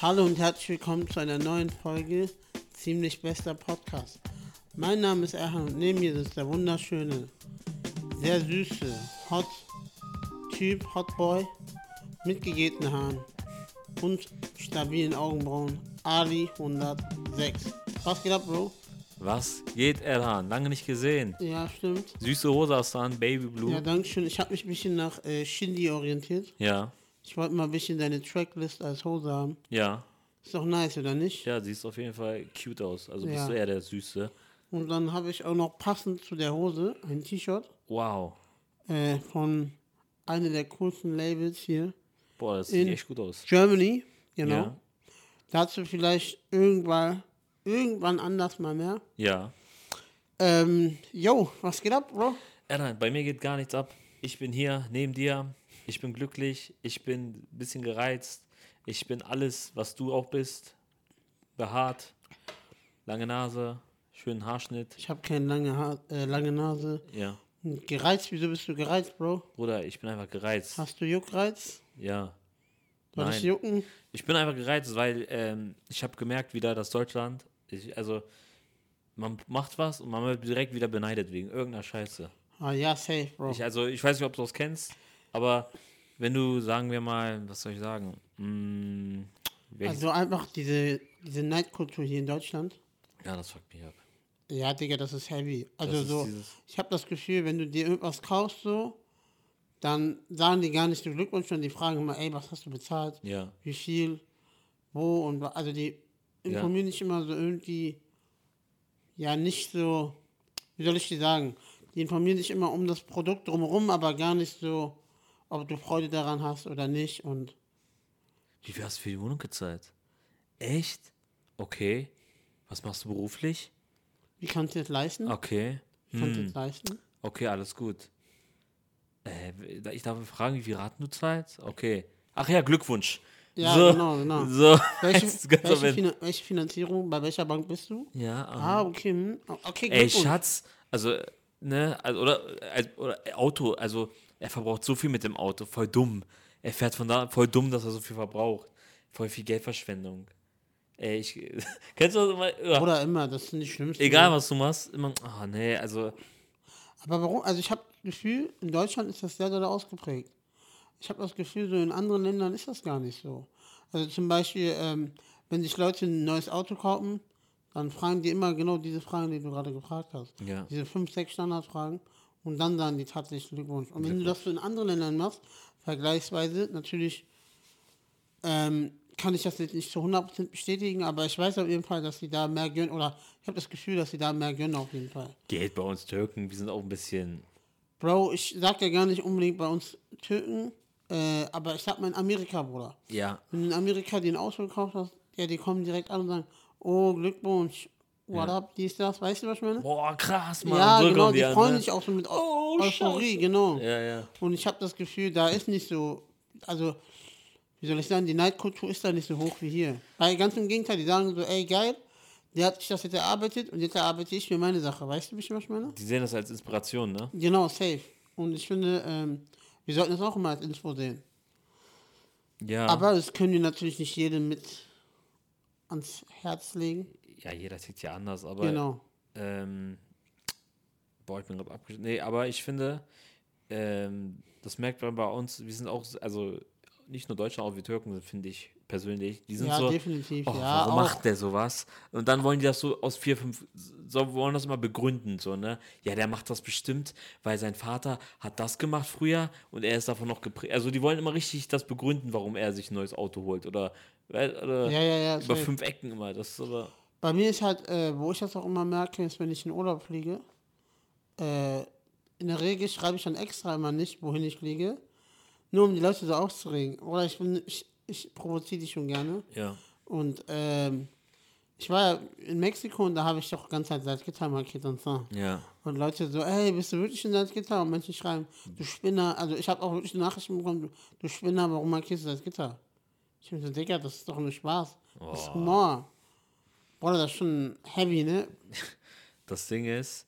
Hallo und herzlich willkommen zu einer neuen Folge Ziemlich Bester Podcast. Mein Name ist Erhan und neben mir sitzt der wunderschöne, sehr süße, hot Typ, Hot Boy, mit gegelten Haaren und stabilen Augenbrauen, Ali 106. Was geht ab, Bro? Was geht, Erhan? Lange nicht gesehen. Ja, stimmt. Süße Hose hast du an, Baby Blue. Ja, Ja. danke schön. Ich habe mich ein bisschen nach äh, Shindy orientiert. ja, Ich wollte mal ein bisschen deine Tracklist als Hose haben. ja, Ist doch nice, oder nicht? siehst auf jeden Fall cute aus. Also bist Ja. du eher der Süße. Und dann habe ich auch noch passend zu der Hose ein T-Shirt Wow. äh, von einem der coolsten Labels hier, Boah, das sieht In- echt gut aus. Germany, genau. Ja, Dazu vielleicht irgendwann, irgendwann anders mal mehr. ja. Ähm, yo, was geht ab, Bro? Erhan, bei mir geht gar nichts ab. Ich bin hier neben dir. Ich bin glücklich. Ich bin ein bisschen gereizt. Ich bin alles, was du auch bist. Behaart. Lange Nase. Schönen Haarschnitt. Ich habe keine lange, ha äh, lange Nase. Ja. Gereizt, wieso bist du gereizt, Bro? Bruder, ich bin einfach gereizt. Hast du Juckreiz? Ja. Soll ich jucken? Ich bin einfach gereizt, weil ähm, ich habe gemerkt wieder, dass Deutschland, ich, also man macht was und man wird direkt wieder beneidet wegen irgendeiner Scheiße. Ah ja, safe, Bro. Ich, also ich weiß nicht, ob du das kennst, aber wenn du, sagen wir mal, was soll ich sagen, mm, welches- Also einfach diese, diese Neidkultur hier in Deutschland. ja, das fuckt mich ab. Ja, Digga, das ist heavy. Also Das ist so, dieses- ich habe das Gefühl, wenn du dir irgendwas kaufst so, dann sagen die gar nicht den Glückwunsch, sondern die fragen immer, ey, was hast du bezahlt? Ja, Wie viel? Wo und wa- also die informieren dich immer so irgendwie, ja, nicht so, wie soll ich dir sagen? Die informieren dich immer um das Produkt drumherum, aber gar nicht so, ob du Freude daran hast oder nicht. Und wie viel hast du für die Wohnung gezahlt? Echt? Okay. Was machst du beruflich? wie kannst du es leisten? Okay. Wie kannst hm. du es leisten? Okay, alles gut. Äh, ich darf fragen, wie viel Raten du zahlst? Okay. Ach ja, Glückwunsch. Ja, so, genau, genau. So, Welche, weißt du, ganz am welche, Ende. Finan welche Finanzierung, bei welcher Bank bist du? ja, aha. Ah, okay. hm. Okay, Ey, Glückwunsch. Schatz, also, ne, also, oder, also, oder äh, Auto, also, er verbraucht so viel mit dem Auto, voll dumm. Er fährt von da, voll dumm, dass er so viel verbraucht. Voll viel Geldverschwendung. Ey, ich, kennst du das immer? Ja, Oder immer, das sind die schlimmsten. egal, was du machst, immer, ah, nee, also, Aber warum? Also ich habe das Gefühl, in Deutschland ist das sehr, sehr ausgeprägt. Ich habe das Gefühl, so in anderen Ländern ist das gar nicht so. Also zum Beispiel, ähm, wenn sich Leute ein neues Auto kaufen, dann fragen die immer genau diese Fragen, die du gerade gefragt hast. Ja. Diese fünf, sechs Standardfragen. Und dann sagen die tatsächlich Glückwunsch. Und wenn du das so in anderen Ländern machst, vergleichsweise, natürlich ähm, kann ich das jetzt nicht zu 100% bestätigen, aber ich weiß auf jeden Fall, dass sie da mehr gönnen. Oder ich habe das Gefühl, dass sie da mehr gönnen auf jeden Fall. Geld bei uns Türken, wir sind auch ein bisschen, Bro, ich sag ja gar nicht unbedingt bei uns Türken, äh, aber ich sag mal in Amerika, Bruder. ja, Wenn du in Amerika den Ausflug gekauft hast, ja, die kommen direkt an und sagen, oh, Glückwunsch, what up, dies, das, weißt du, was ich meine? boah, krass, Mann, ja, so genau, kommen die an, freuen ne? sich auch so mit Eu- Oh, Euphorie, genau. Ja, ja. Und ich habe das Gefühl, da ist nicht so, also, wie soll ich sagen, die Neidkultur ist da nicht so hoch wie hier. Weil ganz im Gegenteil, die sagen so, ey, geil, der hat sich das jetzt erarbeitet und jetzt erarbeite ich mir meine Sache, weißt du, wie ich- was ich meine? Die sehen das als Inspiration, ne? Genau, safe. Und ich finde, ähm, wir sollten das auch immer als Info sehen. Ja. Aber das können wir natürlich nicht jedem mit ans Herz legen. ja, jeder tickt ja anders, aber. genau. Ähm, boah, ich bin gerade abgeschnitten. Nee, aber ich finde, ähm, das merkt man bei uns, wir sind auch, s- also nicht nur Deutsche, auch wir Türken sind, finde ich persönlich. Die sind Ja, so. definitiv. Oh, ja, warum auch. macht der sowas? Und dann wollen die das so aus vier, fünf, so wollen das immer begründen, so, ne? Ja, der macht das bestimmt, weil sein Vater hat das gemacht früher und er ist davon noch geprägt. Also die wollen immer richtig das begründen, warum er sich ein neues Auto holt oder, oder Ja, ja, ja, äh, über safe. fünf Ecken immer. Das ist aber. Bei mir ist halt, äh, wo ich das auch immer merke, ist, wenn ich in Urlaub fliege, äh, in der Regel schreibe ich dann extra immer nicht, wohin ich fliege, nur um die Leute so aufzuregen. Oder ich, bin, ich, ich provoziere die schon gerne. Ja. Und ähm, ich war ja in Mexiko und da habe ich doch ganz halt Salzgitter markiert und so. Ja. Und Leute so, ey, bist du wirklich in Salzgitter? Und manche schreiben, du Spinner. Also ich habe auch wirklich Nachrichten bekommen, du, du Spinner, warum markierst du Salzgitter? Ich bin so, Digga, das ist doch nur Spaß. Das Oh. ist Humor. Boah, das ist schon heavy, ne? Das Ding ist,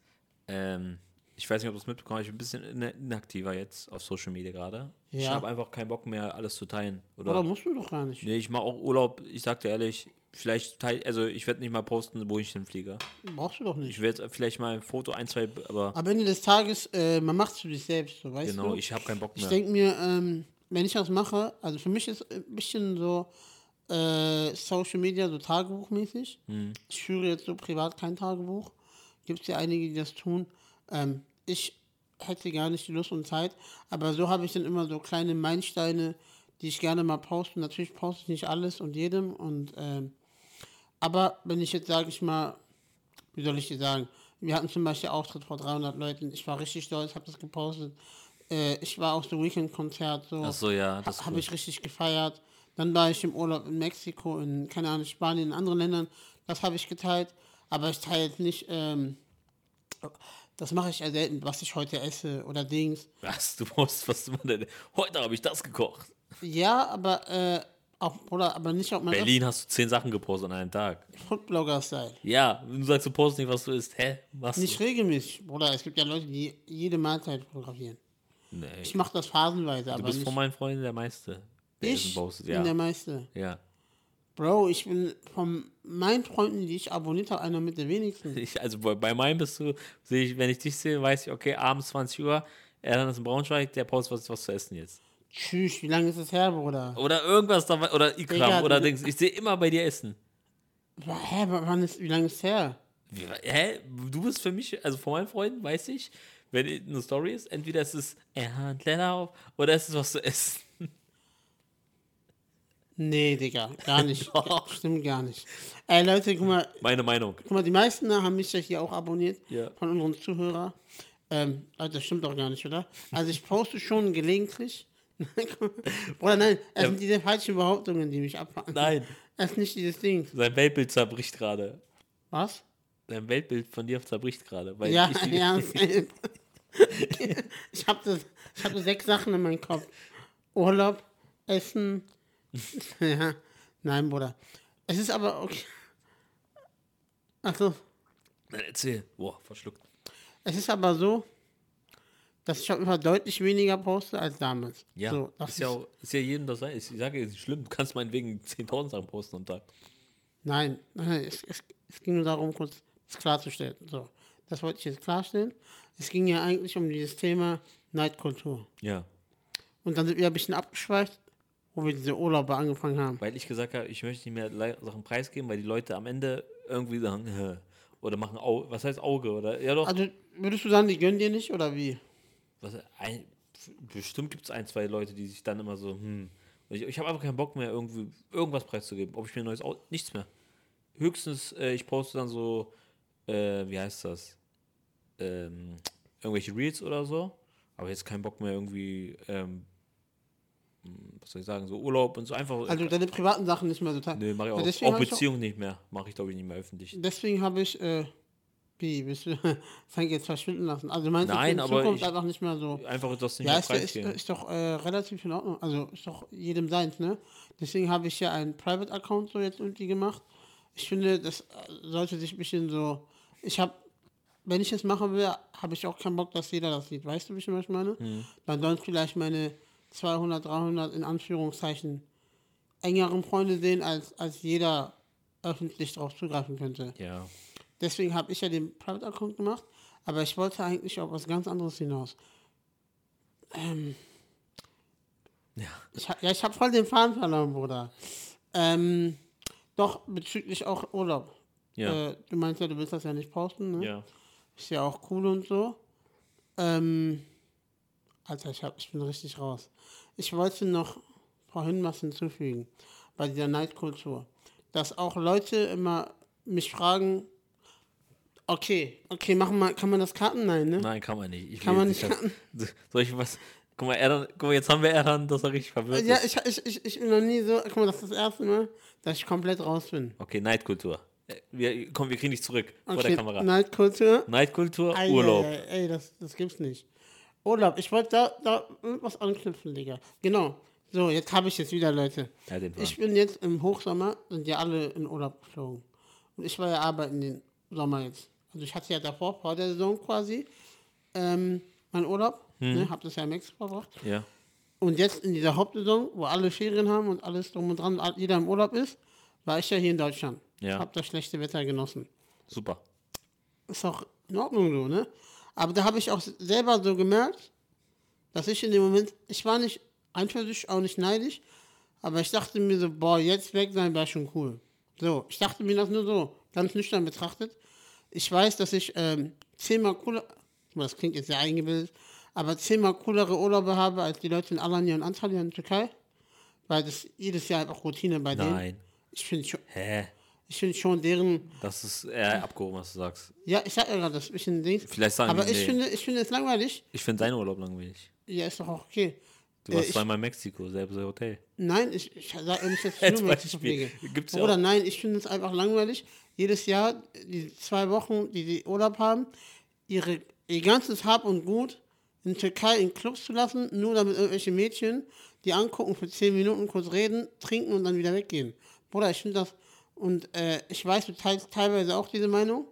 ähm, Ich weiß nicht, ob du es mitbekommen hast. Ich bin ein bisschen in- inaktiver jetzt auf Social Media gerade. Ich Ja. habe einfach keinen Bock mehr, alles zu teilen. Oder, Oder musst du doch gar nicht. Nee, ich mache auch Urlaub. Ich sag dir ehrlich, vielleicht teil, also ich werde nicht mal posten, wo ich hinfliege. Brauchst du doch Ich nicht. werde vielleicht mal ein Foto, ein, zwei, aber Am Ende des Tages, äh, man macht es für sich selbst, so, weißt genau, du? ich habe keinen Bock Ich mehr. denke mir, ähm, wenn ich das mache, also für mich ist ein bisschen so äh, Social Media so tagebuchmäßig. Ich führe jetzt so privat kein Tagebuch. Gibt es ja einige, die das tun. Ähm, ich hätte gar nicht die Lust und Zeit, aber so habe ich dann immer so kleine Meilensteine, die ich gerne mal poste. Natürlich poste ich nicht alles und jedem und ähm, aber wenn ich jetzt, sage ich mal, wie soll ich dir sagen, wir hatten zum Beispiel Auftritt vor 300 Leuten, ich war richtig stolz, habe das gepostet. Äh, ich war auf so Weekend-Konzert, so, Ach so, ja, das ist habe cool. ich richtig gefeiert. Dann war ich im Urlaub in Mexiko, in, keine Ahnung, Spanien, in anderen Ländern, das habe ich geteilt, aber ich teile jetzt nicht, ähm, das mache ich ja selten, was ich heute esse oder Dings. Was, du brauchst was immer denn? Heute habe ich das gekocht. Ja, aber, äh, auch, oder, aber nicht auf meinem Berlin hast du zehn Sachen gepostet an einem Tag. Foodblogger-Style. Ja, wenn du sagst, du postest nicht, was du isst. Hä? Was? Nicht regelmäßig, Bruder. Es gibt ja Leute, die jede Mahlzeit fotografieren. Nee. Ich mache das phasenweise, Du aber bist nicht. von meinen Freunden der meiste. Der Essen ich postet, bin ja. der Meister. ja. Bro, ich bin von meinen Freunden, die ich abonniert habe, einer mit der wenigsten. Ich, also bei, bei meinem bist du, sehe ich, wenn ich dich sehe, weiß ich, okay, abends 20 Uhr, er dann ist in Braunschweig, der postet was, was zu essen jetzt. Tschüss, wie lange ist das her, Bruder? Oder irgendwas dabei, oder Ikram, Digga, oder du- Dings. Ich sehe immer bei dir essen. Wa- Hä, wa- wann ist, wie lange ist her? Wie- Hä? Du bist für mich, also von meinen Freunden weiß ich, wenn eine Story ist, entweder es ist er hat Letter auf oder es ist was zu essen. Nee, Digga, gar nicht. Stimmt gar nicht. Ey, Leute, guck mal, Meine Meinung. guck mal, die meisten ne, haben mich ja hier auch abonniert, Ja. von unseren Zuhörern. Ähm, Leute, das stimmt doch gar nicht, oder? Also ich poste schon gelegentlich. Oder nein, es Ja. sind diese falschen Behauptungen, die mich abfangen. Nein. Es ist nicht dieses Ding. Sein Weltbild zerbricht gerade. Was? Sein Weltbild von dir zerbricht gerade. weil Ja, ich- ja. ich habe das, ich habe sechs Sachen in meinem Kopf. Urlaub, Essen. ja. Nein, Bruder. Es ist aber okay. Also, Erzähl. Boah, verschluckt. es ist aber so, dass ich auf jeden Fall deutlich weniger poste als damals. Ja, so, das ist, ja auch, ist ja jedem das sein. Ich sage jetzt nicht schlimm, du kannst meinetwegen 10.000 Sachen posten am Tag. Nein, nein es, es, es ging nur darum, kurz das klarzustellen. So, das wollte ich jetzt klarstellen. Es ging ja eigentlich um dieses Thema Neidkultur. Ja. Und dann sind wir ein bisschen abgeschweift, wo wir diese Urlaube angefangen haben. Weil ich gesagt habe, ich möchte nicht mehr Le- Sachen preisgeben, weil die Leute am Ende irgendwie sagen, Hä. oder machen Au was heißt Auge oder ja doch. Also würdest du sagen, die gönnen dir nicht oder wie? was, ein, bestimmt gibt es ein, zwei Leute, die sich dann immer so, hm. Und Ich, ich habe einfach keinen Bock mehr, irgendwie irgendwas preiszugeben. Ob ich mir ein neues Auto. Nichts mehr. Höchstens, äh, ich poste dann so, äh, wie heißt das? Ähm, irgendwelche Reels oder so. Aber jetzt keinen Bock mehr, irgendwie, ähm, hm, was soll ich sagen, so Urlaub und so einfach. Also deine privaten Sachen nicht mehr so teil. Nö, mach ich Ja, auch. deswegen auch hab ich auch- Beziehung nicht mehr. Mache ich, glaube ich, nicht mehr öffentlich. Deswegen habe ich, äh, wie, bist du, Frank jetzt verschwinden lassen. Also meinst du, Nein, in aber Zukunft ich- einfach nicht mehr so. Einfach das nicht Ja, mehr ist, ist, preisgeben. ist doch äh, relativ in Ordnung. Also ist doch jedem seins, ne? Deswegen habe ich ja einen Private-Account so jetzt irgendwie gemacht. Ich finde, das äh, sollte sich ein bisschen so. Ich habe, wenn ich das machen will, habe ich auch keinen Bock, dass jeder das sieht. Weißt du, wie ich was ich meine? Dann sollen vielleicht meine 200, 300 in Anführungszeichen engeren Freunde sehen, als, als jeder öffentlich darauf zugreifen könnte. Ja. Deswegen habe ich ja den Private Account gemacht, aber ich wollte eigentlich auf was ganz anderes hinaus. Ähm, Ja. Ich, ha- ja, ich habe voll den Faden verloren, Bruder. Ähm, doch, bezüglich auch Urlaub. Ja. Äh, du meinst ja, du willst das ja nicht posten, ne? ja. Ist ja auch cool und so. Ähm, Alter, ich, hab, ich bin richtig raus. Ich wollte noch vorhin was hinzufügen bei dieser Neidkultur. Dass auch Leute immer mich fragen, okay, okay, machen wir, kann man das Karten? Nein, ne? Nein, kann man nicht. Ich Kann will man jetzt nicht dass- Soll ich was. Guck mal, Erdan, guck mal, jetzt haben wir Erdan, dass er richtig verwirrt Äh, ja, ist. ich, ich, ich, ich bin noch nie so, guck mal, das ist das erste Mal, dass ich komplett raus bin. Okay, Neidkultur. Äh, Wir, komm, wir kriegen dich zurück Und vor der steht Kamera. Neidkultur. Neidkultur, Ei, Urlaub. Ey, ey, das, das gibt's nicht. Urlaub, ich wollte da, da irgendwas anknüpfen, Digga. Genau. So, jetzt habe ich jetzt wieder, Leute. Ja, den Ich ich, bin jetzt im Hochsommer, sind ja alle in Urlaub geflogen. Und ich war ja arbeiten den Sommer jetzt. Also ich hatte ja davor, vor der Saison quasi, ähm, meinen Urlaub, Mhm. ne, hab das ja in Mexiko verbracht. Ja. Und jetzt in dieser Hauptsaison, wo alle Ferien haben und alles drum und dran, all- jeder im Urlaub ist, war ich ja hier in Deutschland. Ja. Hab das schlechte Wetter genossen. Super. Ist auch in Ordnung so, ne? Aber da habe ich auch selber so gemerkt, dass ich in dem Moment, ich war nicht eifersüchtig, auch nicht neidisch, aber ich dachte mir so, boah, jetzt weg sein wäre schon cool. So, ich dachte mir das nur so, ganz nüchtern betrachtet. Ich weiß, dass ich ähm, zehnmal cooler, Guck mal, das klingt jetzt sehr eingebildet, aber zehnmal coolere Urlaube habe als die Leute in Alanya und Antalya in der Türkei, weil das jedes Jahr einfach Routine bei denen. Nein. Ich finde schon, Hä? ich find schon deren Das ist eher abgehoben, was du sagst. ja, ich sag ja gerade, das ist ein bisschen Dings. Vielleicht sagen Aber die, ich, nee. finde, ich finde es langweilig. Ich finde deinen Urlaub langweilig. Ja, ist doch auch okay. Du Äh, warst ich, zweimal in Mexiko, selbes Hotel. nein, ich, ich sage ehrlich, dass ich Als nur Mexiko Beispiel. pflege. Gibt's ja Oder auch. nein, ich finde es einfach langweilig. Jedes Jahr, die zwei Wochen, die sie Urlaub haben, ihre, ihr ganzes Hab und Gut in Türkei in Clubs zu lassen, nur damit irgendwelche Mädchen die angucken, für zehn Minuten kurz reden, trinken und dann wieder weggehen. Bruder, ich finde das, und äh, ich weiß, du teilst teilweise auch diese Meinung.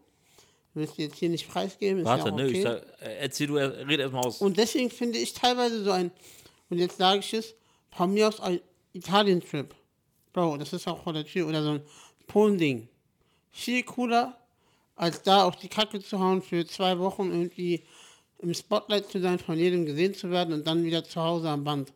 Willst du jetzt hier nicht preisgeben? Ist Warte, ja auch ne? okay. Ich sag, äh, erzähl du, er- red erstmal aus. Und deswegen finde ich teilweise so ein, und jetzt sage ich es, von mir aus ein Italien-Trip. Bro, das ist auch vor der Tür. Oder so ein Polen-Ding. Viel cooler, als da auf die Kacke zu hauen, für zwei Wochen irgendwie im Spotlight zu sein, von jedem gesehen zu werden und dann wieder zu Hause am Band.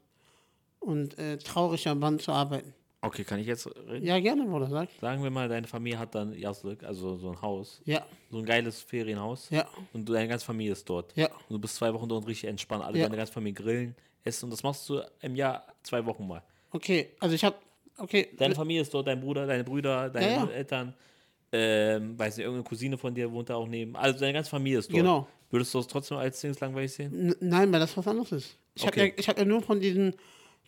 Und äh, traurig am Band zu arbeiten. Okay, kann ich jetzt reden? Ja, gerne, Bruder, sag. Sagen wir mal, deine Familie hat dann Jaslik, also so ein Haus. Ja, So ein geiles Ferienhaus. ja, Und deine ganze Familie ist dort. Ja. Und du bist zwei Wochen dort und richtig entspannt. Alle Ja. deine ganze Familie grillen, essen. Und das machst du im Jahr zwei Wochen mal. okay. Also ich habe, okay, Deine Familie ist dort, dein Bruder, deine Brüder, deine Ja, ja. Eltern, ähm, weiß nicht, irgendeine Cousine von dir wohnt da auch neben. Also deine ganze Familie ist dort. Genau. Würdest du das trotzdem als Dings langweilig sehen? N nein, weil das was anderes ist. Ich habe Okay. ja, ich hab ja nur von diesen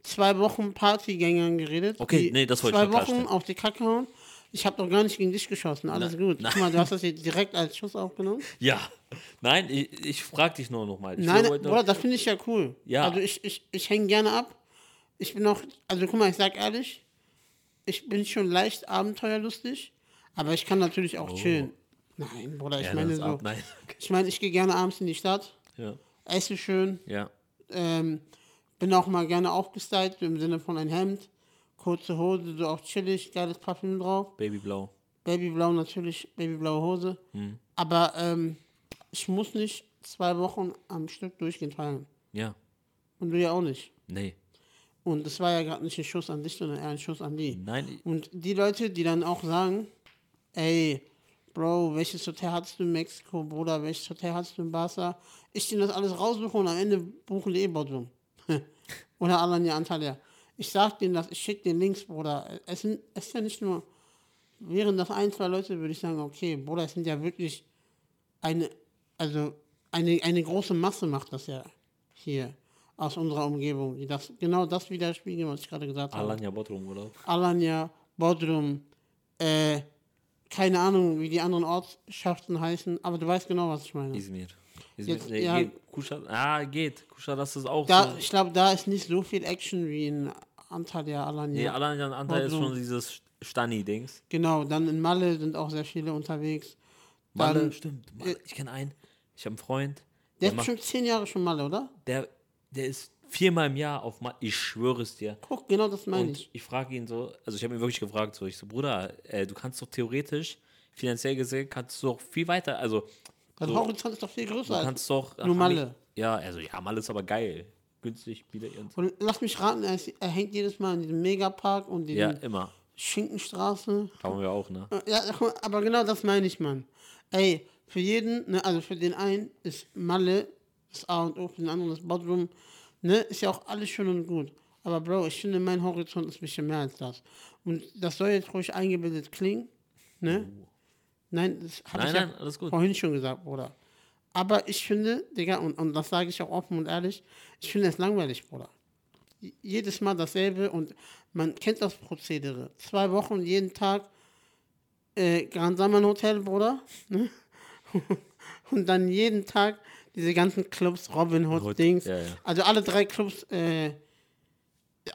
zwei Wochen Partygängern geredet. Okay, die nee, das wollte ich Zwei nur Wochen klarstellen. auf die Kacke hauen. Ich habe doch gar nicht gegen dich geschossen. Alles Na- gut. na- Guck mal, du hast das jetzt direkt als Schuss aufgenommen. Ja. Nein, ich, ich frag dich nur nochmal. Nein, Bruder, das finde ich ja cool. Ja. Also ich, ich, ich hänge gerne ab. Ich bin auch, also guck mal, ich sag ehrlich, ich bin schon leicht abenteuerlustig, aber ich kann natürlich auch chillen. Nein, Bruder, ich Oh. ja, meine das so. ab. Nein. Ich meine, ich gehe gerne abends in die Stadt, Ja. esse schön, ja. Ähm, bin auch mal gerne aufgestylt, so im Sinne von ein Hemd, kurze Hose, so auch chillig, geiles Parfüm drauf. Babyblau. Babyblau natürlich, babyblaue Hose. Aber ähm, ich muss nicht zwei Wochen am Stück durchgehen feiern. Ja. Und du ja auch nicht. Nee. Und das war ja gerade nicht ein Schuss an dich, sondern eher ein Schuss an die. Nein, ich- Und die Leute, die dann auch sagen, ey, Bro, welches Hotel hattest du in Mexiko, Bruder, welches Hotel hattest du in Barca? Ich denen das alles raussuche und am Ende buchen die eh Bodrum. Oder Alanya Antalya. Ich sag denen das, ich schick den Links, Bruder. Es sind, es ist ja nicht nur, wären das ein, zwei Leute, würde ich sagen, okay, Bruder, es sind ja wirklich eine, also eine, eine große Masse macht das ja hier aus unserer Umgebung, die das genau das widerspiegeln, was ich gerade gesagt habe. Alanya Bodrum, oder? Alanya, Bodrum, äh, keine Ahnung, wie die anderen Ortschaften heißen, aber du weißt genau, was ich meine. Izmir. Izmir. Jetzt- nee, ja. geht. Kuschad. Ah, geht. Kuschad, das ist auch Da, so. ich glaube, da ist nicht so viel Action wie in Antalya, Alanya. Nee, Alanya Anteil ist Bodrum. schon dieses Stani-Dings. Genau, dann in Malle sind auch sehr viele unterwegs. Dann, Malle, stimmt. Malle, ich kenne einen. Ich habe einen Freund. der der ist macht- schon zehn Jahre schon Malle, oder? der, der ist viermal im Jahr auf Malle. Ich schwöre es dir. Guck, genau das meine Und ich. ich frage ihn so, also ich habe ihn wirklich gefragt, so ich so, Bruder, äh, du kannst doch theoretisch, finanziell gesehen, kannst du doch viel weiter, also Der so- Horizont ist doch viel größer. du als- kannst doch. nur Malle. Ja, also ja, Malle ist aber geil. Günstig, Biele und und lass mich raten, er, ist, er hängt jedes Mal in diesem Megapark und Ja, diesem immer. Schinkenstraße. Haben wir auch, ne? Ja, guck mal, aber genau das meine ich, Mann. Ey, für jeden, ne, also für den einen ist Malle das A und O, für den anderen ist Bodrum, ne, ist ja auch alles schön und gut. Aber Bro, ich finde, mein Horizont ist ein bisschen mehr als das. Und das soll jetzt ruhig eingebildet klingen, ne? Nein, das habe Oh. Nein, ich nein, ja alles gut. vorhin schon gesagt, Bruder. Aber ich finde, Digga, und, und das sage ich auch offen und ehrlich, ich finde es langweilig, Bruder jedes Mal dasselbe und man kennt das Prozedere. Zwei Wochen jeden Tag äh, Grand Saman Hotel, Bruder. Ne? und dann jeden Tag diese ganzen Clubs, Robin Hood, Hood, Dings. ja, ja. Also alle drei Clubs, äh,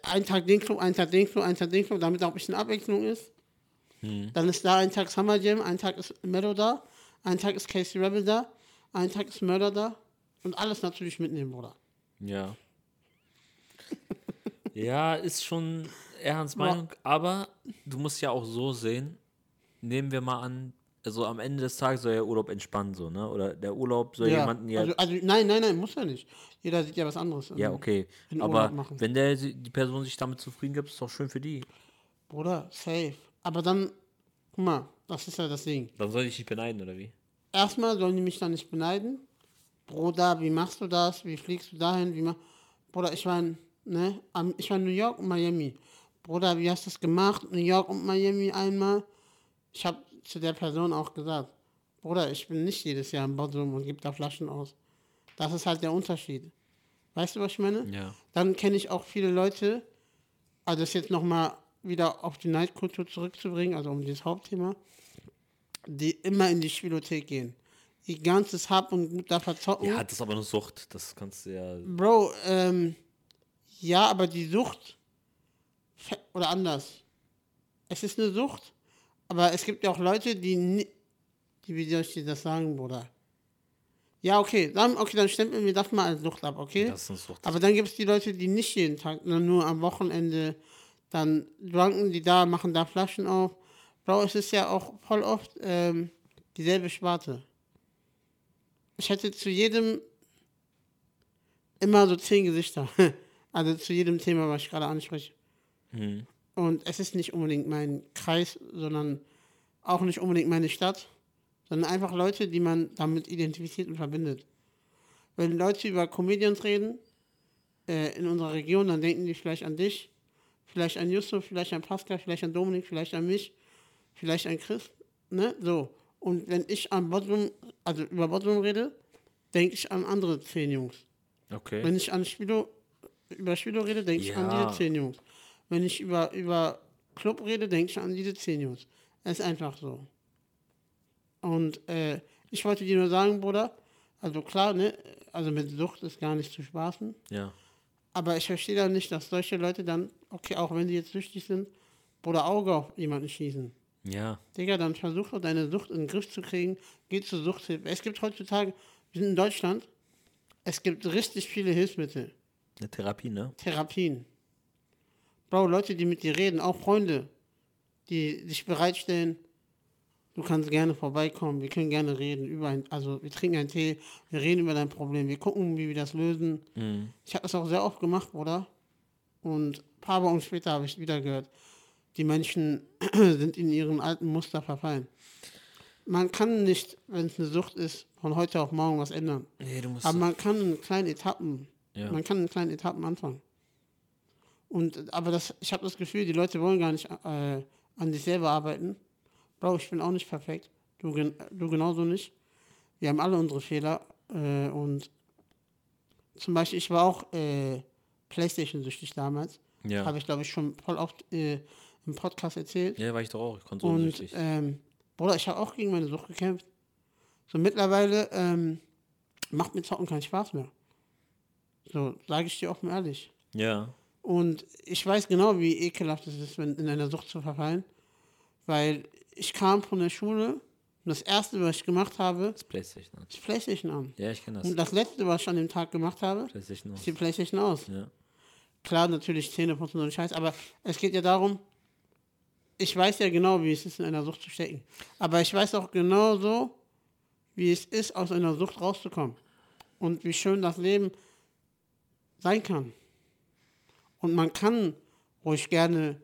ein Tag den Club, ein Tag den Club, ein Tag den Club, damit auch ein bisschen Abwechslung ist. Hm. Dann ist da ein Tag Summer Jam, ein Tag ist Meadow da, ein Tag ist Casey Rebel da, ein Tag ist Murder da. Und alles natürlich mitnehmen, Bruder. Ja. ja, ist schon Erhans Meinung, aber du musst ja auch so sehen, nehmen wir mal an, also am Ende des Tages soll ja Urlaub entspannen, so, ne? Oder der Urlaub soll jemanden ja. also, also nein, nein, nein, muss ja nicht. Jeder sieht ja was anderes. ja, Ähm, okay. in Aber Urlaub machen. wenn der, die Person sich damit zufrieden gibt, ist doch schön für die. Bruder, safe. Aber dann, guck mal, das ist ja das Ding. Dann soll ich dich beneiden, oder wie? Erstmal sollen die mich dann nicht beneiden. Bruder, wie machst du das? Wie fliegst du dahin? Wie ma Bruder, ich war in, ne, am, ich war in New York und Miami. Bruder, wie hast du das gemacht? New York und Miami einmal. Ich habe zu der Person auch gesagt, Bruder, ich bin nicht jedes Jahr in Botsum und gebe da Flaschen aus. Das ist halt der Unterschied. Weißt du, was ich meine? Ja. Dann kenne ich auch viele Leute, also das jetzt nochmal wieder auf die Neidkultur zurückzubringen, also um das Hauptthema, die immer in die Spielothek gehen. Ihr ganzes Hab und Gut da verzocken. Ja, das ist aber eine Sucht. Das kannst du ja. Bro, ähm, ja, aber die Sucht, fe- oder anders, es ist eine Sucht, aber es gibt ja auch Leute, die, ni- die wie soll ich dir das sagen, Bruder? Ja, okay, dann, okay, dann stempeln wir das mal als Sucht ab, okay? Das ist eine Sucht. Aber dann gibt es die Leute, die nicht jeden Tag, sondern nur am Wochenende, dann drunken die da, machen da Flaschen auf. Bro, es ist ja auch voll oft ähm, dieselbe Sparte. Ich hätte zu jedem immer so zehn Gesichter. Also zu jedem Thema, was ich gerade anspreche. Hm. Und es ist nicht unbedingt mein Kreis, sondern auch nicht unbedingt meine Stadt, sondern einfach Leute, die man damit identifiziert und verbindet. Wenn Leute über Comedians reden äh, in unserer Region, dann denken die vielleicht an dich, vielleicht an Yusuf, vielleicht an Pascal, vielleicht an Dominik, vielleicht an mich, vielleicht an Chris. Ne? So. Und wenn ich an Bottom, also über Bottom rede, denke ich an andere zehn Jungs. Okay. Wenn ich an Spilo, über Spilo rede, denke ich an Ja. diese 10 Jungs. Wenn ich über, über Club rede, denke ich an diese 10 Jungs. Es ist einfach so. Und äh, ich wollte dir nur sagen, Bruder, also klar, ne, also mit Sucht ist gar nicht zu spaßen, Ja. aber ich verstehe dann nicht, dass solche Leute dann, okay, auch wenn sie jetzt süchtig sind, Bruder Auge auf jemanden schießen. Ja. Digga, dann versuch doch deine Sucht in den Griff zu kriegen. Geh zur Suchthilfe. Es gibt heutzutage, wir sind in Deutschland, es gibt richtig viele Hilfsmittel. Eine Therapie, ne? Therapien. Bro, Leute, die mit dir reden, auch Freunde, die dich bereitstellen. Du kannst gerne vorbeikommen, wir können gerne reden über ein, also wir trinken einen Tee, wir reden über dein Problem, wir gucken, wie wir das lösen. Mhm. Ich habe das auch sehr oft gemacht, Bruder. Und ein paar Wochen später habe ich wieder gehört, die Menschen sind in ihren alten Muster verfallen. Man kann nicht, wenn es eine Sucht ist, von heute auf morgen was ändern. Nee, du musst. Aber man kann in kleinen Etappen, Ja. man kann in kleinen Etappen anfangen. Und aber das, ich habe das Gefühl, die Leute wollen gar nicht äh, an sich selber arbeiten. Bro, ich bin auch nicht perfekt. Du, gen du genauso nicht. Wir haben alle unsere Fehler. Äh, und zum Beispiel, ich war auch äh, Playstation-süchtig damals. ja. Habe ich, glaube ich, schon voll oft äh, im Podcast erzählt. Ja, war ich doch auch Und konsumsüchtig. ähm, Bruder, ich habe auch gegen meine Sucht gekämpft. So mittlerweile ähm, macht mir Zocken keinen Spaß mehr. So, sage ich dir offen ehrlich. ja. Und ich weiß genau, wie ekelhaft es ist, wenn in einer Sucht zu verfallen. Weil ich kam von der Schule und das erste, was ich gemacht habe, Das Playstation. an. ist Playstation an. Ja, ich kenne das. Und das letzte, was ich an dem Tag gemacht habe, Playstation ist aus. die Playstation aus Ja. klar, natürlich Zähne putzen und Scheiß, aber es geht ja darum, ich weiß ja genau, wie es ist, in einer Sucht zu stecken. Aber ich weiß auch genau so, wie es ist, aus einer Sucht rauszukommen. Und wie schön das Leben sein kann. Und man kann ruhig gerne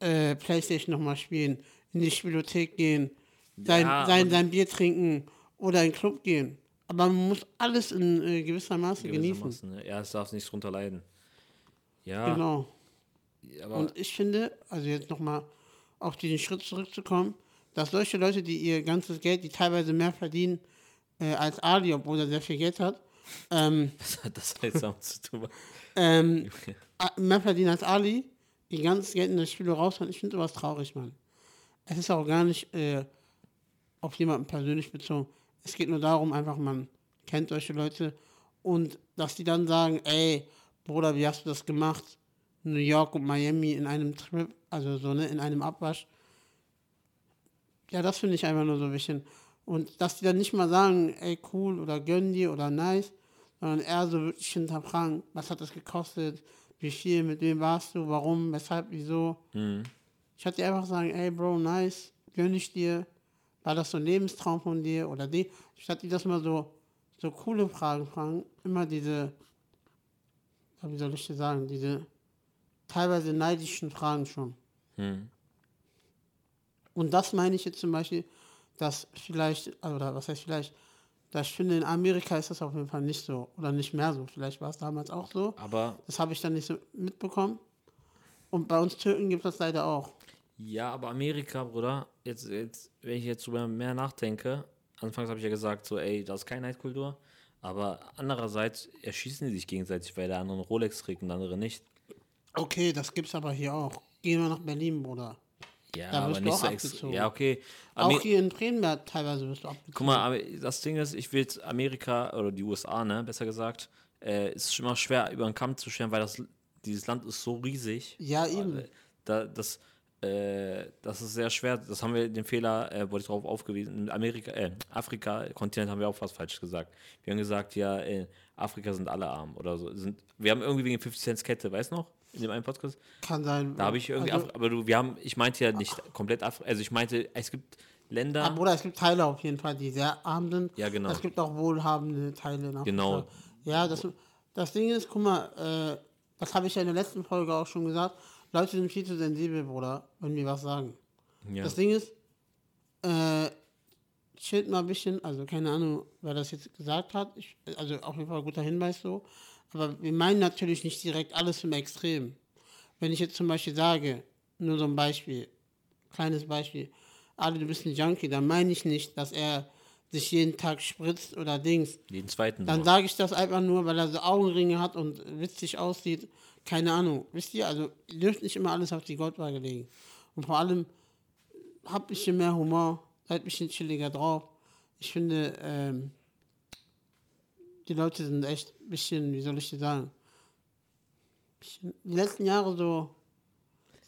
äh, Playstation nochmal spielen, in die Spielothek gehen, sein, Ja, sein, und- sein Bier trinken oder in den Club gehen. Aber man muss alles in äh, gewisser Maße genießen. Gewissermaßen, ne? Ja, es darf nicht drunter leiden. Ja, Genau. aber Und ich finde, also jetzt nochmal auf diesen Schritt zurückzukommen, dass solche Leute, die ihr ganzes Geld, die teilweise mehr verdienen äh, als Ali, obwohl er sehr viel Geld hat, ähm, was hat das jetzt damit zu tun? ähm, a- mehr verdienen als Ali, ihr ganzes Geld in das Spiel raushauen, ich finde sowas traurig, Mann. Es ist auch gar nicht äh, auf jemanden persönlich bezogen. Es geht nur darum, einfach, man kennt solche Leute und dass die dann sagen, ey, Bruder, wie hast du das gemacht? New York und Miami in einem Trip, also so, ne, in einem Abwasch. Ja, das finde ich einfach nur so ein bisschen. Und dass die dann nicht mal sagen, ey, cool oder gönn dir oder nice, sondern eher so wirklich hinterfragen, was hat das gekostet, wie viel, mit wem warst du, warum, weshalb, wieso. Hm, Ich hatte einfach sagen, ey, Bro, nice, gönn ich dir, war das so ein Lebenstraum von dir oder die. Statt die das mal so, so coole Fragen fragen, immer diese, ja, wie soll ich das sagen, diese teilweise neidischen Fragen schon. Hm. Und das meine ich jetzt zum Beispiel, dass vielleicht, also, oder was heißt vielleicht, dass ich finde, in Amerika ist das auf jeden Fall nicht so oder nicht mehr so. Vielleicht war es damals auch so. Aber Das habe ich dann nicht so mitbekommen. Und bei uns Türken gibt es das leider auch. ja, aber Amerika, Bruder, jetzt, jetzt, wenn ich jetzt drüber mehr nachdenke, anfangs habe ich ja gesagt, so, ey, das ist keine Neidkultur. Aber andererseits erschießen die sich gegenseitig, weil der andere einen Rolex trägt und der andere nicht. Okay, das gibt's aber hier auch. Gehen wir nach Berlin, Bruder. Ja, Da aber wirst du nicht auch so extrem. abgezogen. Ja, okay. Auch Amer- hier in Bremen ja, teilweise wirst du abgezogen. Guck mal, aber das Ding ist, ich will jetzt Amerika oder die USA, ne, besser gesagt, äh, ist schon mal schwer über den Kamm zu scheren, weil das, dieses Land ist so riesig. Ja, eben. Da, das, äh, das ist sehr schwer. Das haben wir den Fehler, äh, wollte ich darauf aufgewiesen. in Amerika, äh, Afrika, Kontinent haben wir auch fast falsch gesagt. Wir haben gesagt, ja, äh, Afrika sind alle arm oder so. Sind, wir haben irgendwie wegen 50 Cent Kette, weißt du noch? In dem einen Podcast? Kann sein. Da habe ich irgendwie, Also, Afri- aber du, wir haben, ich meinte ja nicht komplett Afrika, also ich meinte, es gibt Länder. ah, Bruder, es gibt Teile auf jeden Fall, die sehr arm sind. Ja, genau. Es gibt auch wohlhabende Teile. In Afrika. Genau. Ja, das, das Ding ist, guck mal, äh, das habe ich ja in der letzten Folge auch schon gesagt. Leute sind viel zu sensibel, Bruder, wenn wir was sagen. ja. Das Ding ist, äh, chillt mal ein bisschen, also keine Ahnung, wer das jetzt gesagt hat. Ich, also auf jeden Fall ein guter Hinweis so. Aber wir meinen natürlich nicht direkt alles im Extrem. Wenn ich jetzt zum Beispiel sage, nur so ein Beispiel, kleines Beispiel, alle, du bist ein Junkie, dann meine ich nicht, dass er sich jeden Tag spritzt oder Dings. Jeden zweiten. Dann nur. sage ich das einfach nur, weil er so Augenringe hat und witzig aussieht. Keine Ahnung. Wisst ihr, also ihr dürft nicht immer alles auf die Goldwaage legen. Und vor allem, habt ein bisschen mehr Humor, seid ein bisschen chilliger drauf. Ich finde, ähm, die Leute sind echt ein bisschen, wie soll ich dir sagen, bisschen, die letzten Jahre so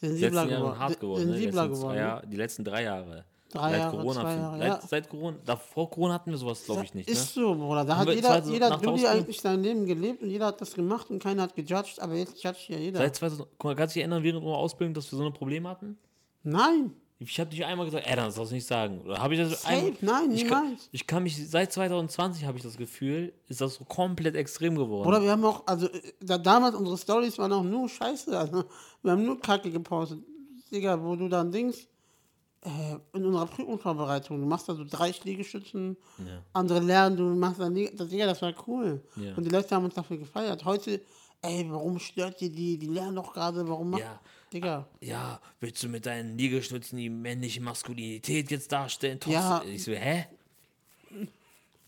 Die letzten sensibler Jahre geworden. sind hart geworden. Ne? Die, Sensibler letzten geworden. Zwei Jahre, die letzten drei Jahre. Drei seit Jahre, Corona. zwei fing- Jahre, seit, ja. seit Corona. Davor Corona hatten wir sowas, glaube ich, nicht. Ne? Ist so, Bruder. Da Haben hat wir jeder, 2000 jeder nach hat Dulli 1000? eigentlich sein Leben gelebt und jeder hat das gemacht und keiner hat gejudged, aber jetzt judgt ja jeder. Seit 2000, guck mal, kannst du dich erinnern, während unserer Ausbildung, dass wir so ein Problem hatten? Nein, Ich habe dich einmal gesagt, ey, das darfst du nicht sagen. Oder habe ich das Safe, einmal- nein, ich kann, niemals. ich kann mich, seit 2020 habe ich das Gefühl, ist das so komplett extrem geworden. Bruder, wir haben auch, also äh, da, damals unsere Stories waren auch nur Scheiße. Also, wir haben nur Kacke gepostet. Digga, wo du dann Dings äh, in unserer Prüfungsvorbereitung, du machst da so drei Schlägeschützen, Ja. andere lernen, du machst dann, Lie- das, Digga, das war cool. Ja. Und die Leute haben uns dafür gefeiert. Heute, ey, warum stört ihr die? Die lernen doch gerade, warum macht. Ja. Digga. ja, willst du mit deinen Liegestützen die männliche Maskulinität jetzt darstellen? Trotz- Ja. Ich so, hä?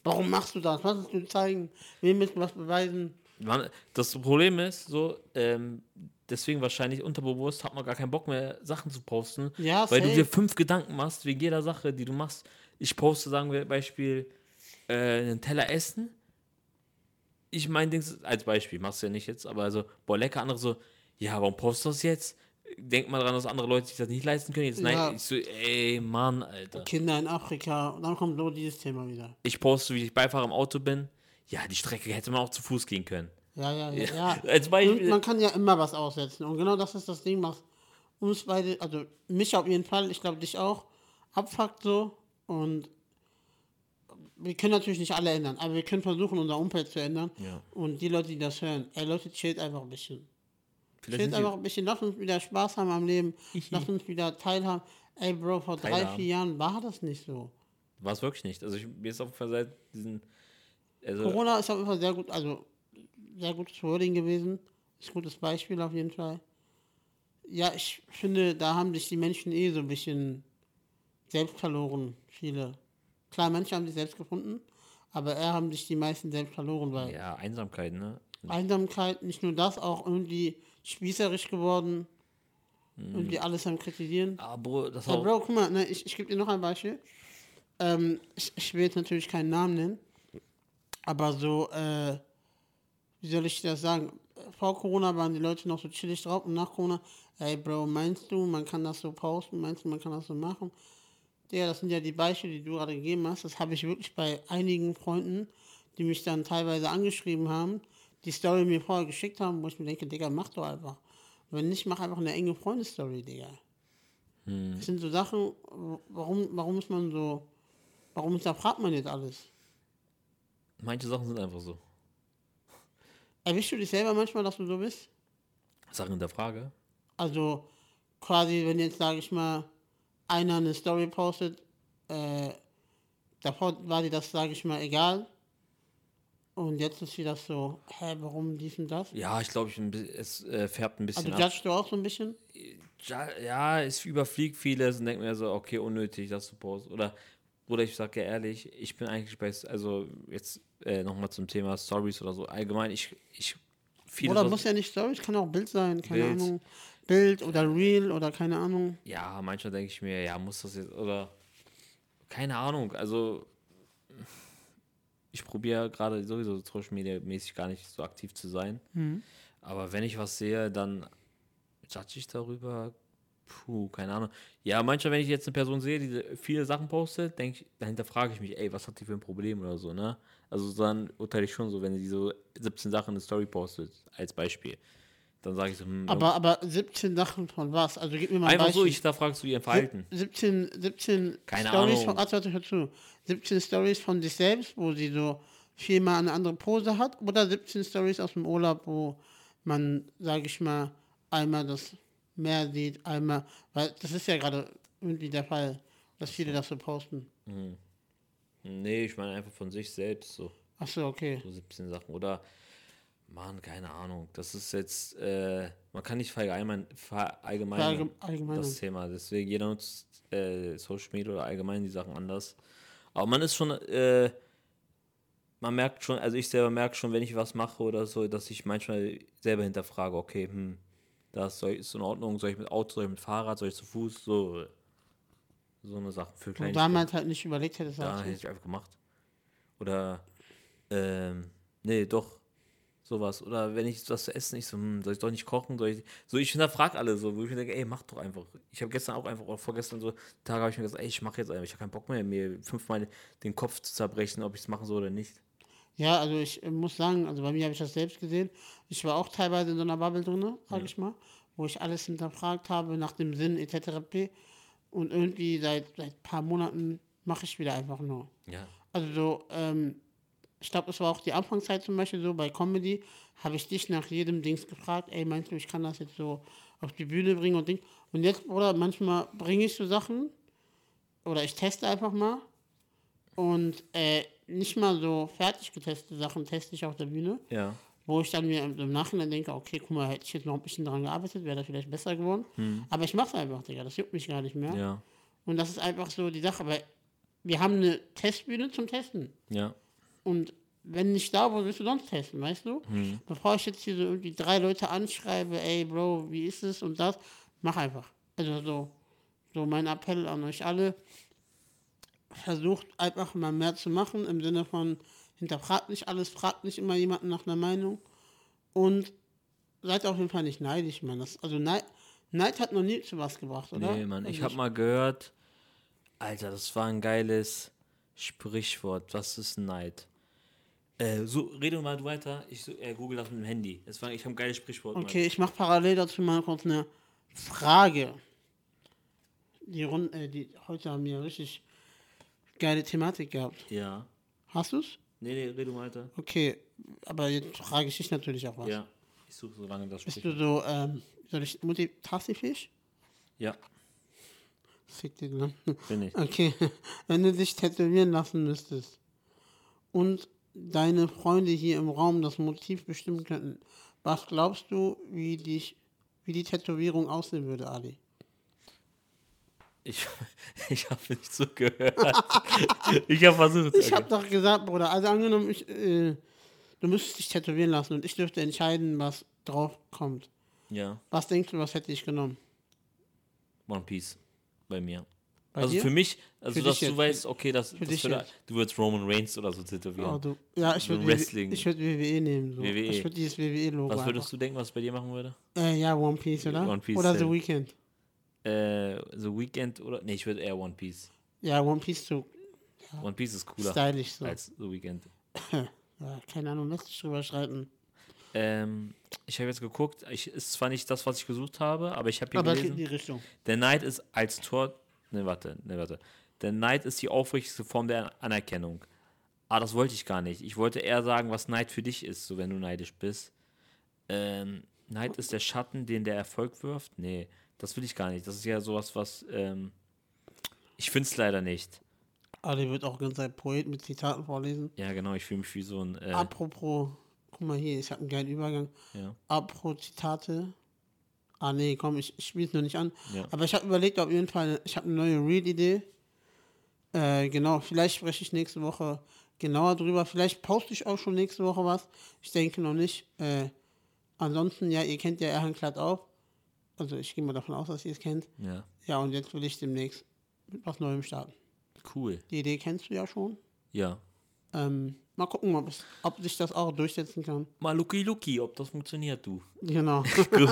Warum machst du das? Was willst du zeigen? Wem willst du was beweisen? Man, das Problem ist, so, ähm, deswegen wahrscheinlich unterbewusst hat man gar keinen Bock mehr, Sachen zu posten, Ja, weil du safe. dir fünf Gedanken machst wegen jeder Sache, die du machst. Ich poste, sagen wir, Beispiel, äh, einen Teller essen. Ich mein Dings, als Beispiel, machst du ja nicht jetzt, aber also, boah, lecker, andere so, ja, warum postest du das jetzt? Denk mal dran, dass andere Leute sich das nicht leisten können. Jetzt, nein, Ja. ich so, ey, Mann, Alter. Kinder in Afrika. Und dann kommt so dieses Thema wieder. Ich poste, wie ich Beifahrer im Auto bin. Ja, die Strecke hätte man auch zu Fuß gehen können. Ja, ja, ja. ja. Als Beispiel. Und man kann ja immer was aussetzen. Und genau das ist das Ding, was uns beide, also mich auf jeden Fall, ich glaube dich auch, abfuckt so. Und wir können natürlich nicht alle ändern, aber wir können versuchen, unser Umfeld zu ändern. Ja. Und die Leute, die das hören, ey Leute, chillt einfach ein bisschen. Chillt Vielleicht sind die- einfach ein bisschen, lasst uns wieder Spaß haben am Leben, lasst uns wieder teilhaben. Ey Bro, vor drei, Teilhaben. vier Jahren war das nicht so. War es wirklich nicht. Also ich, mir ist auf jeden Fall seit diesen. Also, Corona ist auf jeden Fall sehr gut, also sehr gutes Wording gewesen. Ist ein gutes Beispiel auf jeden Fall. Ja, ich finde, da haben sich die Menschen eh so ein bisschen selbst verloren, viele. Klar, manche haben sich selbst gefunden, aber eher haben sich die meisten selbst verloren, weil ja, Einsamkeit, ne? Einsamkeit, nicht nur das, auch irgendwie spießerisch geworden, Mhm. irgendwie alles am Kritisieren. Ah, Bro, das Ja, auch. Bro, guck mal, ne, ich, ich gebe dir noch ein Beispiel. Ähm, ich, ich will jetzt natürlich keinen Namen nennen, aber so, äh, wie soll ich das sagen? Vor Corona waren die Leute noch so chillig drauf und nach Corona, ey Bro, meinst du, man kann das so posten? Meinst du, man kann das so machen? Ja, das sind ja die Beispiele, die du gerade gegeben hast. Das habe ich wirklich bei einigen Freunden, die mich dann teilweise angeschrieben haben, die Story mir vorher geschickt haben, wo ich mir denke, Digga, mach doch einfach. Wenn nicht, mach einfach eine enge Freundesstory, Digga. Das sind so Sachen, warum, warum ist man so, warum hinterfragt man jetzt alles? Manche Sachen sind einfach so. Erwischst du dich selber manchmal, dass du so bist? Sachen in der Frage. Also quasi, wenn jetzt, sage ich mal, einer eine Story postet, äh, davor war dir das, sage ich mal, egal. Und jetzt ist sie das so, hä, warum dies und das? Ja, ich glaube, ich bin ein bi- es äh, färbt ein Also bisschen ab. judgst du auch so ein bisschen? Ja, ja, es überfliegt vieles und denkt mir so, okay, unnötig, dass du postest. Oder, oder ich sage ja ehrlich, ich bin eigentlich bei, also jetzt äh, nochmal zum Thema Stories oder so. Allgemein, ich, ich, vieles, Oder was- muss ja nicht Story, kann auch Bild sein, keine Bild. Ahnung. Bild oder Real oder keine Ahnung. ja, manchmal denke ich mir, ja, muss das jetzt, oder keine Ahnung, also ich probiere gerade sowieso Social Media mäßig gar nicht so aktiv zu sein. Aber wenn ich was sehe, dann judge ich darüber. Puh, keine Ahnung. Ja, manchmal, wenn ich jetzt eine Person sehe, die viele Sachen postet, denke ich, dann hinterfrage ich mich, ey, was hat die für ein Problem oder so, ne? Also dann urteile ich schon so, wenn sie so 17 Sachen in eine Story postet, als Beispiel. Dann sage ich so, hm, Aber, aber 17 Sachen von was? Also gib mir mal ein einfach Beispiel. so, ich hinterfrage so ihr Verhalten. 17, 17 Keine Stories Ahnung. von, warte, warte, hör zu. 17 Stories von sich selbst, wo sie so viermal eine andere Pose hat, oder 17 Stories aus dem Urlaub, wo man, sage ich mal, einmal das Meer sieht, einmal, weil das ist ja gerade irgendwie der Fall, dass viele das so posten. Nee, ich meine einfach von sich selbst so. Achso, okay. So 17 Sachen. Oder, Mann, keine Ahnung. Das ist jetzt, äh, man kann nicht verallgemein, verallgemeinern Verallgem- allgemein. das Thema. Deswegen jeder nutzt äh, Social Media oder allgemein die Sachen anders. Aber man ist schon, äh, man merkt schon, also ich selber merke schon, wenn ich was mache oder so, dass ich manchmal selber hinterfrage, okay, hm, das soll, ist in Ordnung, soll ich mit Auto, soll ich mit Fahrrad, soll ich zu Fuß, so, so eine Sache für Wo kleine damals halt nicht überlegt hätte, ja, sagst hätte du. ich einfach gemacht. Oder, ähm, nee, doch, sowas. Oder wenn ich was zu essen, ich so, hm, soll ich doch nicht kochen? Soll ich, so, ich hinterfrage alle so, wo ich mir denke, ey, mach doch einfach. Ich habe gestern auch einfach, oder vorgestern so, Tage habe ich mir gesagt, ey, ich mache jetzt einfach, ich habe keinen Bock mehr, mir fünfmal den Kopf zu zerbrechen, ob ich es machen soll oder nicht. Ja, also ich äh, muss sagen, also bei mir habe ich das selbst gesehen. Ich war auch teilweise in so einer Bubble drin, sag ich mal, wo ich alles hinterfragt habe nach dem Sinn etc. P. Und irgendwie seit seit ein paar Monaten mache ich wieder einfach nur. Ja. Also so, ähm, ich glaube, es war auch die Anfangszeit zum Beispiel so bei Comedy, habe ich dich nach jedem Dings gefragt, ey, meinst du, ich kann das jetzt so auf die Bühne bringen und Ding. Und jetzt, Bruder, manchmal bringe ich so Sachen oder ich teste einfach mal und äh, nicht mal so fertig getestete Sachen teste ich auf der Bühne, Ja. wo ich dann mir im Nachhinein denke, okay, guck mal, hätte ich jetzt noch ein bisschen dran gearbeitet, wäre das vielleicht besser geworden. Aber ich mache es einfach, Digga, das juckt mich gar nicht mehr. Ja. Und das ist einfach so die Sache, weil wir haben eine Testbühne zum Testen. Ja. Und wenn nicht da, wo willst du sonst testen, weißt du? Mhm. Bevor ich jetzt hier so irgendwie drei Leute anschreibe, ey Bro, wie ist es und das, mach einfach. Also so, so mein Appell an euch alle, versucht einfach mal mehr zu machen, im Sinne von hinterfragt nicht alles, fragt nicht immer jemanden nach einer Meinung und seid auf jeden Fall nicht neidisch, Mann. Das, also Neid, Neid hat noch nie zu was gebracht, oder? Nee, Mann, ich Also habe mal gehört, Alter, das war ein geiles Sprichwort. Was ist Neid? Äh, so, rede mal du weiter. Ich so, äh, google das mit dem Handy. Das war, ich habe ein geiles Sprichwort. Mann. Okay, ich mache parallel dazu mal kurz eine Frage. Die Runde, äh, die heute haben wir richtig geile Thematik gehabt. Ja. Hast du's? Nee, nee, rede mal weiter. Okay, aber jetzt frage ich dich natürlich auch was. Ja. Ich suche so lange das Bist du Sprichwort. so, ähm, soll ich multitaskingfähig? Ja, Fick den Lamm. bin ich. Okay, wenn du dich tätowieren lassen müsstest und deine Freunde hier im Raum das Motiv bestimmen könnten, was glaubst du, wie, dich, wie die Tätowierung aussehen würde, Ali? Ich, ich habe nicht zugehört. ich habe versucht. Ich habe doch gesagt, Bruder, also angenommen, ich, äh, du müsstest dich tätowieren lassen und ich dürfte entscheiden, was drauf kommt. Ja, Was denkst du, was hätte ich genommen? One Piece. Bei mir. Bei also dir? für mich, also Für dich dass du jetzt. weißt, okay, das, das dich würde- jetzt. du würdest Roman Reigns oder so Oh, tätowieren. du, ja, ich So würde Wrestling. ich würd WWE nehmen. So. WWE. Ich würde dieses WWE-Logo Was würdest du denken, was bei dir machen würde? Äh, ja, One Piece, oder? One Piece, oder ja. The Weeknd. äh, The Weekend oder. Nee, ich würde eher One Piece. Ja, One Piece zu One Piece ist cooler stylisch so. als The Weeknd. Ja, keine Ahnung, lass dich drüber schreiten. Ähm, ich habe jetzt geguckt, ich, ist zwar nicht das, was ich gesucht habe, aber ich habe hier Aber es geht in die gelesen, Richtung. der Neid ist als Tor, ne warte, ne warte, der Neid ist die aufrichtigste Form der Anerkennung. Ah, das wollte ich gar nicht. Ich wollte eher sagen, was Neid für dich ist, so wenn du neidisch bist. Ähm, Neid ist der Schatten, den der Erfolg wirft? Nee, das will ich gar nicht. Das ist ja sowas, was, ähm, ich finde es leider nicht. Ali wird auch ganz ein Poet mit Zitaten vorlesen. Ja, genau, ich fühle mich wie so ein, äh, Apropos, guck mal hier, ich habe einen geilen Übergang. ja. Apropos Zitate. Ah nee, komm, ich, ich spiele es noch nicht an. Ja. Aber ich habe überlegt, auf jeden Fall, ich habe eine neue Read-Idee. Äh, genau, vielleicht spreche ich nächste Woche genauer drüber. Vielleicht poste ich auch schon nächste Woche was. Ich denke noch nicht. Äh, ansonsten, ja, ihr kennt ja Erhan Klatt auch. Also ich gehe mal davon aus, dass ihr es kennt. ja, Ja, und jetzt will ich demnächst mit was Neuem starten. cool, Die Idee kennst du ja schon. ja. Ähm, mal gucken, ob, es, ob sich das auch durchsetzen kann. Mal lucky lucky, ob das funktioniert, du. Genau. Gut.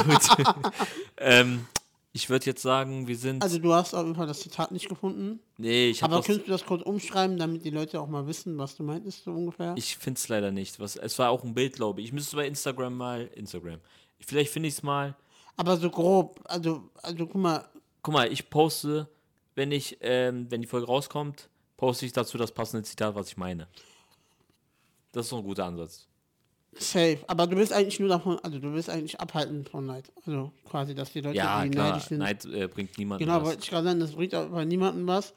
ähm, ich würde jetzt sagen, wir sind. Also du hast auf jeden Fall das Zitat nicht gefunden. nee, ich habe Aber das. könntest du das kurz umschreiben, damit die Leute auch mal wissen, was du meintest, so ungefähr? Ich finde es leider nicht. Was, es war auch ein Bild, glaube ich. Ich müsste bei Instagram mal. Instagram. Vielleicht finde ich es mal. Aber so grob, also, also guck mal, Guck mal, ich poste, wenn ich, ähm, wenn die Folge rauskommt, poste ich dazu das passende Zitat, was ich meine. Das ist doch ein guter Ansatz. safe. Aber du willst eigentlich nur davon, also du willst eigentlich abhalten von Neid. Also quasi, dass die Leute, Ja, die klar. neidisch sind. Neid äh, bringt niemanden genau, was. wollte ich gerade sagen, das bringt aber niemandem was.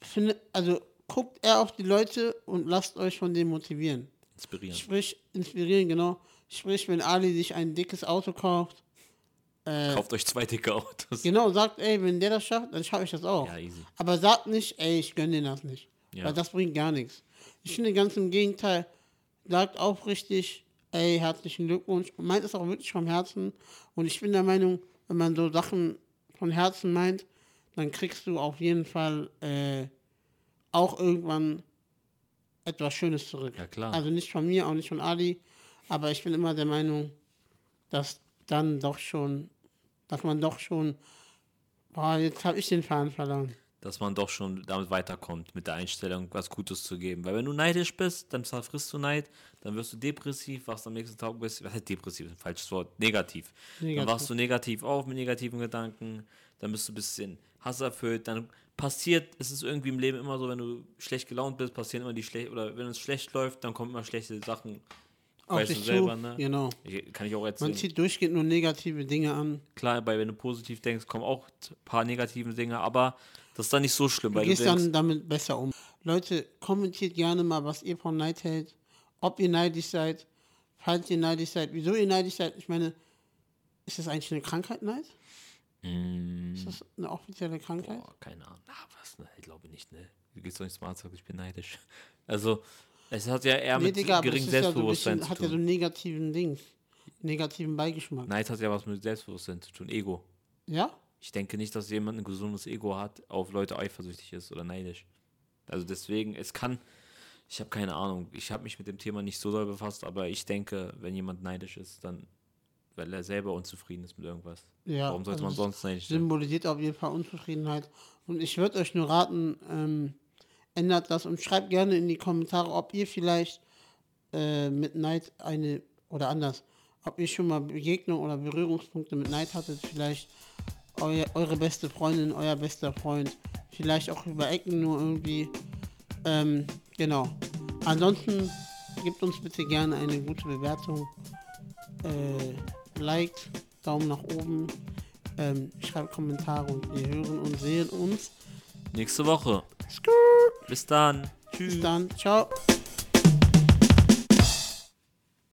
Finde, also guckt eher auf die Leute und lasst euch von denen motivieren. Inspirieren. Sprich, inspirieren, genau. Sprich, wenn Ali sich ein dickes Auto kauft, Kauft euch zwei dicke Autos. genau, sagt, ey, wenn der das schafft, dann schaffe ich das auch. Ja, easy. Aber sagt nicht, ey, ich gönne denen das nicht. Ja. Weil das bringt gar nichts. Ich finde ganz im Gegenteil, sagt aufrichtig, ey, herzlichen Glückwunsch. Und meint es auch wirklich vom Herzen. Und ich bin der Meinung, wenn man so Sachen von Herzen meint, dann kriegst du auf jeden Fall äh, auch irgendwann etwas Schönes zurück. Ja, klar. Also nicht von mir, auch nicht von Ali. Aber ich bin immer der Meinung, dass dann doch schon, dass man doch schon, boah, jetzt habe ich den Faden verloren. dass man doch schon damit weiterkommt, mit der Einstellung, was Gutes zu geben. Weil wenn du neidisch bist, dann zerfrisst du Neid, dann wirst du depressiv, wachst am nächsten Tag bist, was heißt depressiv, ein falsches Wort, negativ. Dann Negativ. wachst du negativ auf mit negativen Gedanken, dann bist du ein bisschen hasserfüllt, dann passiert, es ist irgendwie im Leben immer so, wenn du schlecht gelaunt bist, passieren immer die schlecht oder wenn es schlecht läuft, dann kommen immer schlechte Sachen. Auf weißt du dich selber, zu. ne? Genau. Ich, kann ich auch Man erzählen. zieht durchgehend nur negative Dinge an. Klar, bei wenn du positiv denkst, kommen auch ein paar negative Dinge, aber das ist dann nicht so schlimm, Du weil du gehst denkst, dann damit besser um. Leute, kommentiert gerne mal, was ihr von Neid hält. Ob ihr neidisch seid. Falls ihr neidisch seid. Wieso ihr neidisch seid. Ich meine, ist das eigentlich eine Krankheit, Neid? Ist das eine offizielle Krankheit? Hm. Boah, keine Ahnung. Na, was? Ne? Ich glaube nicht, ne? Du gehst doch nicht zum Arzt, sagst, ich bin neidisch. Also, es hat ja eher Nee, mit Digga, aber das geringem ist ja so ein Selbstbewusstsein bisschen, hat zu ja so tun. einen negativen Dings. Negativen Beigeschmack. Neid hat ja was mit Selbstbewusstsein zu tun, Ego. Ja? Ich denke nicht, dass jemand ein gesundes Ego hat, auf Leute eifersüchtig ist oder neidisch. Also deswegen, es kann, ich habe keine Ahnung, ich habe mich mit dem Thema nicht so doll befasst, aber ich denke, wenn jemand neidisch ist, dann, weil er selber unzufrieden ist mit irgendwas. Ja, Warum sollte also man das sonst neidisch sein? symbolisiert auf jeden Fall Unzufriedenheit. Und ich würde euch nur raten, ähm, ändert das und schreibt gerne in die Kommentare, ob ihr vielleicht äh, mit Neid eine oder anders, ob ihr schon mal Begegnung oder Berührungspunkte mit Neid hattet, vielleicht eu eure beste Freundin, euer bester Freund, vielleicht auch über Ecken nur irgendwie. Ähm, genau. Ansonsten gebt uns bitte gerne eine gute Bewertung. Äh, liked, Daumen nach oben, ähm, schreibt Kommentare und wir hören und sehen uns. Nächste Woche. Bis dann. Tschüss. Bis dann, ciao.